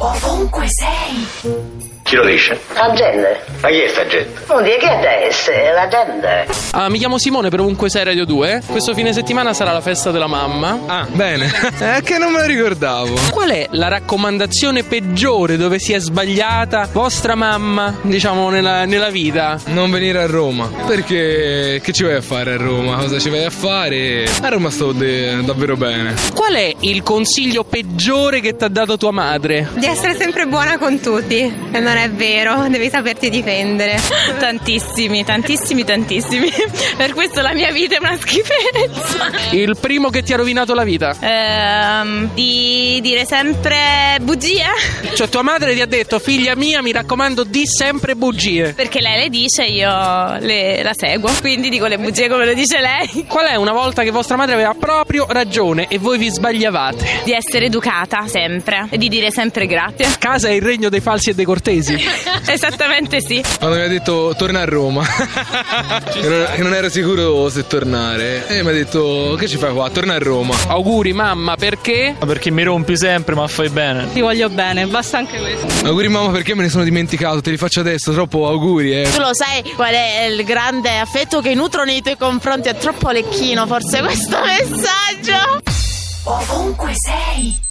Ovunque sei. Chi lo dice? Agende. Ma chi è sta gente? Non dire che adesso è l'agenda. Ah, mi chiamo Simone per ovunque sei Radio 2. Questo fine settimana sarà la festa della mamma. Ah, Bene, è che non me lo ricordavo. qual è la raccomandazione peggiore dove si è sbagliata vostra mamma, diciamo, nella, nella vita? Non venire a Roma. Perché che ci vai a fare a Roma? Cosa ci vai a fare? A Roma sto de- davvero bene. Qual è il consiglio peggiore che ti ha dato tua madre? Di essere sempre buona con tutti. E non è vero, devi saperti difendere. Tantissimi, tantissimi, tantissimi. Per questo la mia vita è una schifezza. Il primo che ti ha rovinato la vita? Ehm, di dire sempre bugie. Cioè, tua madre ti ha detto, figlia mia, mi raccomando, di sempre bugie. Perché lei le dice, io le- la seguo. Quindi dico le bugie come lo dice lei. Qual è una volta che vostra madre aveva proprio ragione e voi vi sbagliavate? Di essere educata sempre. E di dire sempre grazie. Casa è il regno dei falsi e dei cortesi. Esattamente sì. Quando mi ha detto torna a Roma. E non, e non ero sicuro se tornare. E mi ha detto che ci fai qua? Torna a Roma. Auguri mamma, perché? Ma Perché mi rompi sempre, ma fai bene. Ti voglio bene, basta anche questo. Auguri mamma perché me ne sono dimenticato, te li faccio adesso, troppo auguri eh. Tu lo sai qual è il grande affetto che nutro nei tuoi confronti? È troppo lecchino forse questo messaggio. Ovunque sei.